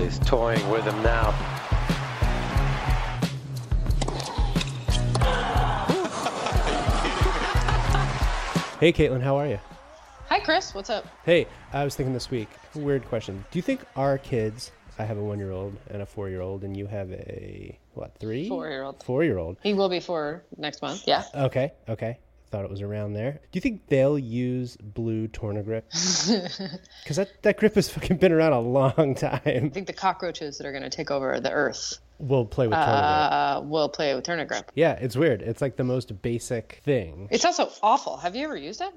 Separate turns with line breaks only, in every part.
is Oh, toying with him now.
Hey, Caitlin, how are you?
Hi, Chris. What's up?
Hey, I was thinking this week, weird question. Do you think our kids, I have a one year old and a four year old, and you have a, what, three?
Four-year-old.
Four year old.
He will be four next month. Yeah.
Okay, okay. Thought it was around there. Do you think they'll use blue torna grip? Because that, that grip has fucking been around a long time.
I think the cockroaches that are going to take over the earth
We'll play with torna grip.
uh, will play with Turnigrip.
Yeah, it's weird. It's like the most basic thing.
It's also awful. Have you ever used it?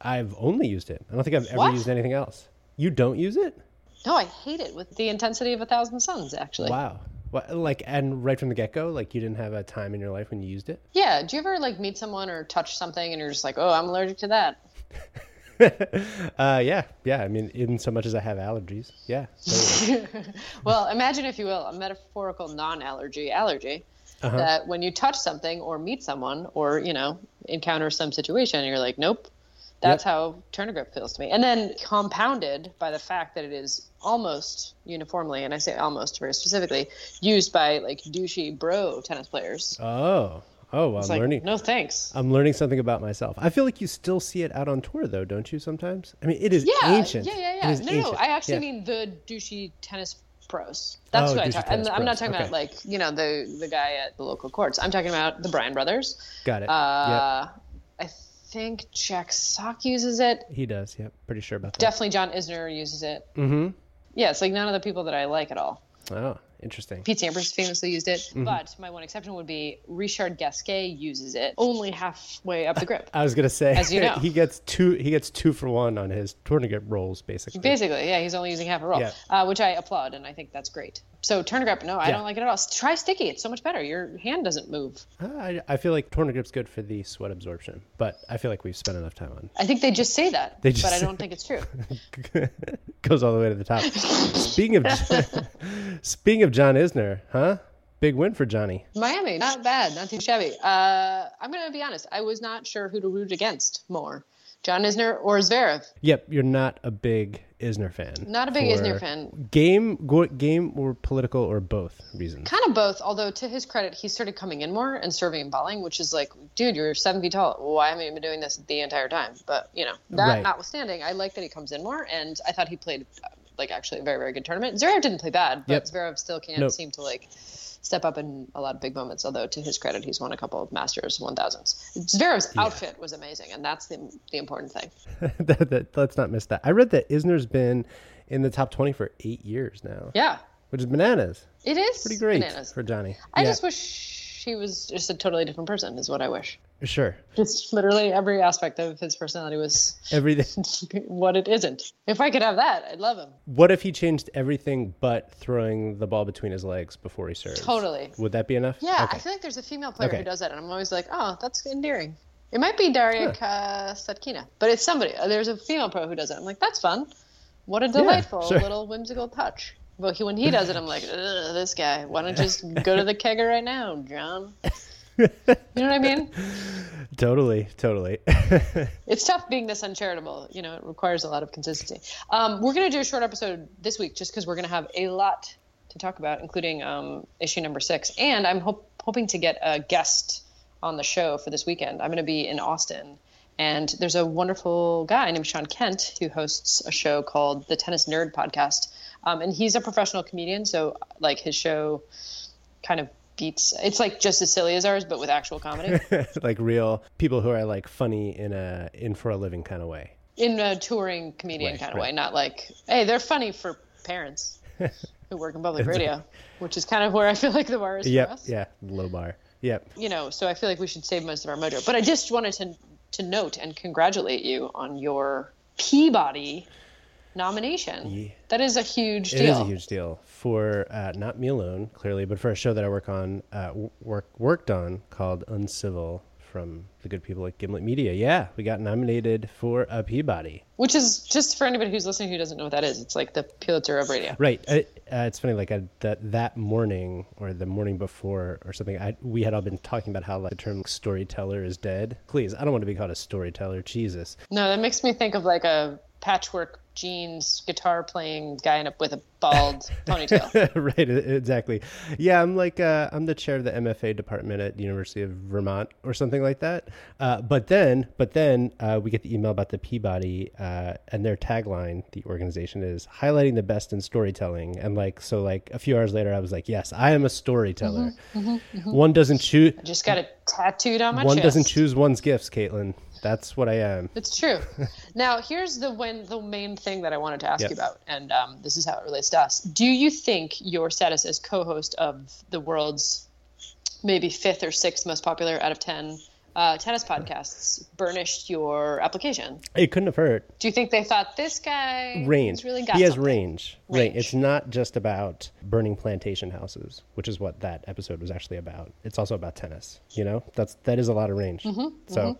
I've only used it. I don't think I've ever
What?
used anything else. You don't use it?
No, I hate it with the intensity of a thousand suns, actually.
Wow. What, like, and right from the get go, like you didn't have a time in your life when you used it?
Yeah. Do you ever like meet someone or touch something and you're just like, oh, I'm allergic to that?
Uh, yeah, yeah. I mean, in so much as I have allergies, yeah. totally.
Well, imagine, if you will, a metaphorical non-allergy allergy.
Uh-huh.
That when you touch something or meet someone or you know encounter some situation, you're like, nope. That's
Yep.
how Turnigrip feels to me, and then compounded by the fact that it is almost uniformly, and I say almost very specifically, used by like douchey bro tennis players.
oh, oh. Well, I'm
It's like,
learning.
no thanks.
I'm learning something about myself. I feel like you still see it out on tour, though, don't you? Sometimes. I mean, it is
yeah,
ancient.
yeah, yeah,
It
yeah.
is
No, no,
ancient.
I actually
Yeah.
mean the douchey tennis pros. That's
Oh,
who I
douchey
talk.
tennis
And I'm
pros.
not talking
Okay.
about like you know the the guy at the local courts. I'm talking about the Bryan brothers.
Got it.
Uh, I think Jack Sock uses it.
yep. He does. Yep. Pretty sure about that.
Definitely John Isner uses it. Mm-hmm. Yeah, it's like none of the people that I like at all.
oh, interesting.
Pete Sampras famously used it,
Mm-hmm.
but my one exception would be Richard Gasquet uses it only halfway up the grip.
I was gonna say,
As you know.
he gets two. He gets two for one on his tourniquet rolls, basically.
Basically, yeah, he's only using half a roll,
Yeah.
uh, which I applaud, and I think that's great. So turn grip, no, I
Yeah.
don't like it at all. S- Try sticky; it's so much better. Your hand doesn't move.
I, I feel like tourniquet's good for the sweat absorption, but I feel like we've spent enough time on.
I think they just say that,
They just
but I
say-
don't think it's true.
Goes all the way to the top. speaking of, speaking of John Isner, huh? Big win for Johnny.
Miami, not bad, not too shabby. Uh, I'm going to be honest. I was not sure who to root against more, John Isner or Zverev.
Yep, you're not a big Isner fan.
Not a big
for
Isner fan.
Game, go, game, or political, or both reasons.
Kind of both, although to his credit, he started coming in more and serving and volleying, which is like, dude, you're seven feet tall. Why haven't you been doing this the entire time? But you know, that
Right.
notwithstanding, I like that he comes in more, and I thought he played uh, like actually a very very good tournament. Zverev didn't play bad, but
Yep.
Zverev still can't
Nope.
seem to like step up in a lot of big moments. Although to his credit, he's won a couple of Masters, one thousands. Zverev's outfit was amazing, and that's the the important thing.
that, that, let's not miss that. I read that Isner's been in the top 20 for eight years now,
Yeah,
which is bananas.
it is
Pretty great
bananas.
for Johnny.
I
Yeah,
just wish he was just a totally different person. Is what I wish.
sure
just literally every aspect of his personality was
everything.
what it isn't. If I could have that, I'd love him.
What if he changed everything but throwing the ball between his legs before he serves?
Totally.
Would that be enough?
Yeah,
Okay.
I feel like there's a female player
Okay.
who does that, and I'm always like, oh, that's endearing. It might be Daria huh. but it's somebody. Uh, There's a female pro who does it. I'm like, that's fun. What a delightful
sure.
little whimsical touch. But he, when he does it, I'm like, Ugh, this guy. Why don't you just go to the kegger right now, John? You know what I mean?
Totally, totally.
It's tough being this uncharitable. You know, it requires a lot of consistency. Um, we're going to do a short episode this week just because we're going to have a lot to talk about, including um, issue number six. And I'm hop hoping to get a guest on the show for this weekend. I'm going to be in Austin. And there's a wonderful guy named Sean Kent who hosts a show called the Tennis Nerd Podcast. Um, and he's a professional comedian. So, like, his show kind of beats, it's like just as silly as ours, but with actual comedy.
like real people who are like funny in a in for a living kind of way.
in a touring comedian
Right,
kind of
right.
way, not like, hey, they're funny for parents who work in public radio, which is kind of where I feel like the bar is
Yep.
for us.
Yeah. Low bar. Yep.
You know, so I feel like we should save most of our mojo. But I just wanted to to note and congratulate you on your Peabody nomination. That is a huge
It
deal.
is a huge deal for uh, not me alone, clearly, but for a show that I work on, uh, w- work worked on called Uncivil from the good people at Gimlet Media. Yeah, we got nominated for a Peabody.
Which is just for anybody who's listening who doesn't know what that is. It's like the Pulitzer of radio.
Right. I, uh, it's funny. Like I, that that morning or the morning before or something, I, we had all been talking about how like the term storyteller is dead. Please, I don't want to be called a storyteller. Jesus.
No, that makes me think of like a patchwork jeans guitar playing guy in a, with a bald ponytail.
right, e- exactly. Yeah, I'm like uh, I'm the chair of the MFA department at University of Vermont or something like that. Uh, but then, but then uh, we get the email about the Peabody uh, and their tagline. The organization is highlighting the best in storytelling, and like so, like a few hours later, I was like, yes, I am a storyteller. One doesn't choose.
I just got it tattooed on my
One
chest.
doesn't choose one's gifts, Caitlin. That's what I am.
It's true. now, here's the when the main thing that I wanted to ask
Yes.
you about, and um, this is how it relates to us. Do you think your status as co-host of the world's maybe fifth or sixth most popular out of ten uh, tennis podcasts burnished your application?
It couldn't have hurt.
Do you think they thought this guy
range.
has really got
he has
something?
range. range.
Range.
It's not just about burning plantation houses, which is what that episode was actually about. It's also about tennis. You know, that's that is a lot of range.
Mm-hmm,
so,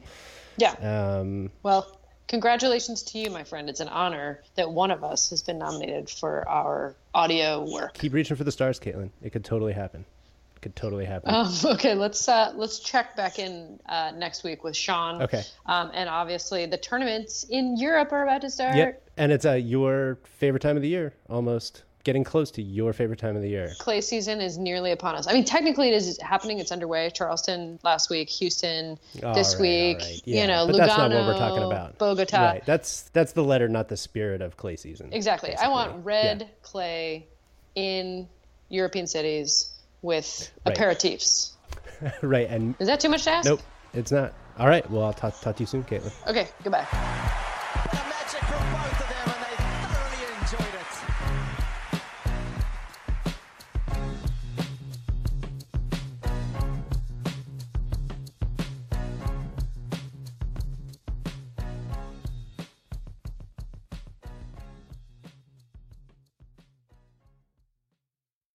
Yeah.
um,
Well, congratulations to you, my friend. It's an honor that one of us has been nominated for our audio work.
keep reaching for the stars, Caitlin. It could totally happen. It could totally happen.
Um, okay, let's uh, let's check back in uh, next week with Sean.
Okay.
Um, and obviously, the tournaments in Europe are about to start.
yep. And it's uh, your favorite time of the year, almost getting close to your favorite time of the year.
Clay season is nearly upon us. I mean, technically, it is happening. It's underway. Charleston last week, Houston
All
this
right, all
week.
right.
You
Yeah,
know,
but
Lugano,
that's not what we're talking about.
Bogota.
Right. That's that's the letter, not the spirit of clay season.
Exactly. I want
basically. Yeah.
red clay in European cities with
Right.
aperitifs.
right. And
Is that too much to ask?
nope, it's not. All right. Well, I'll talk, talk to you soon, Caitlin.
Okay, goodbye.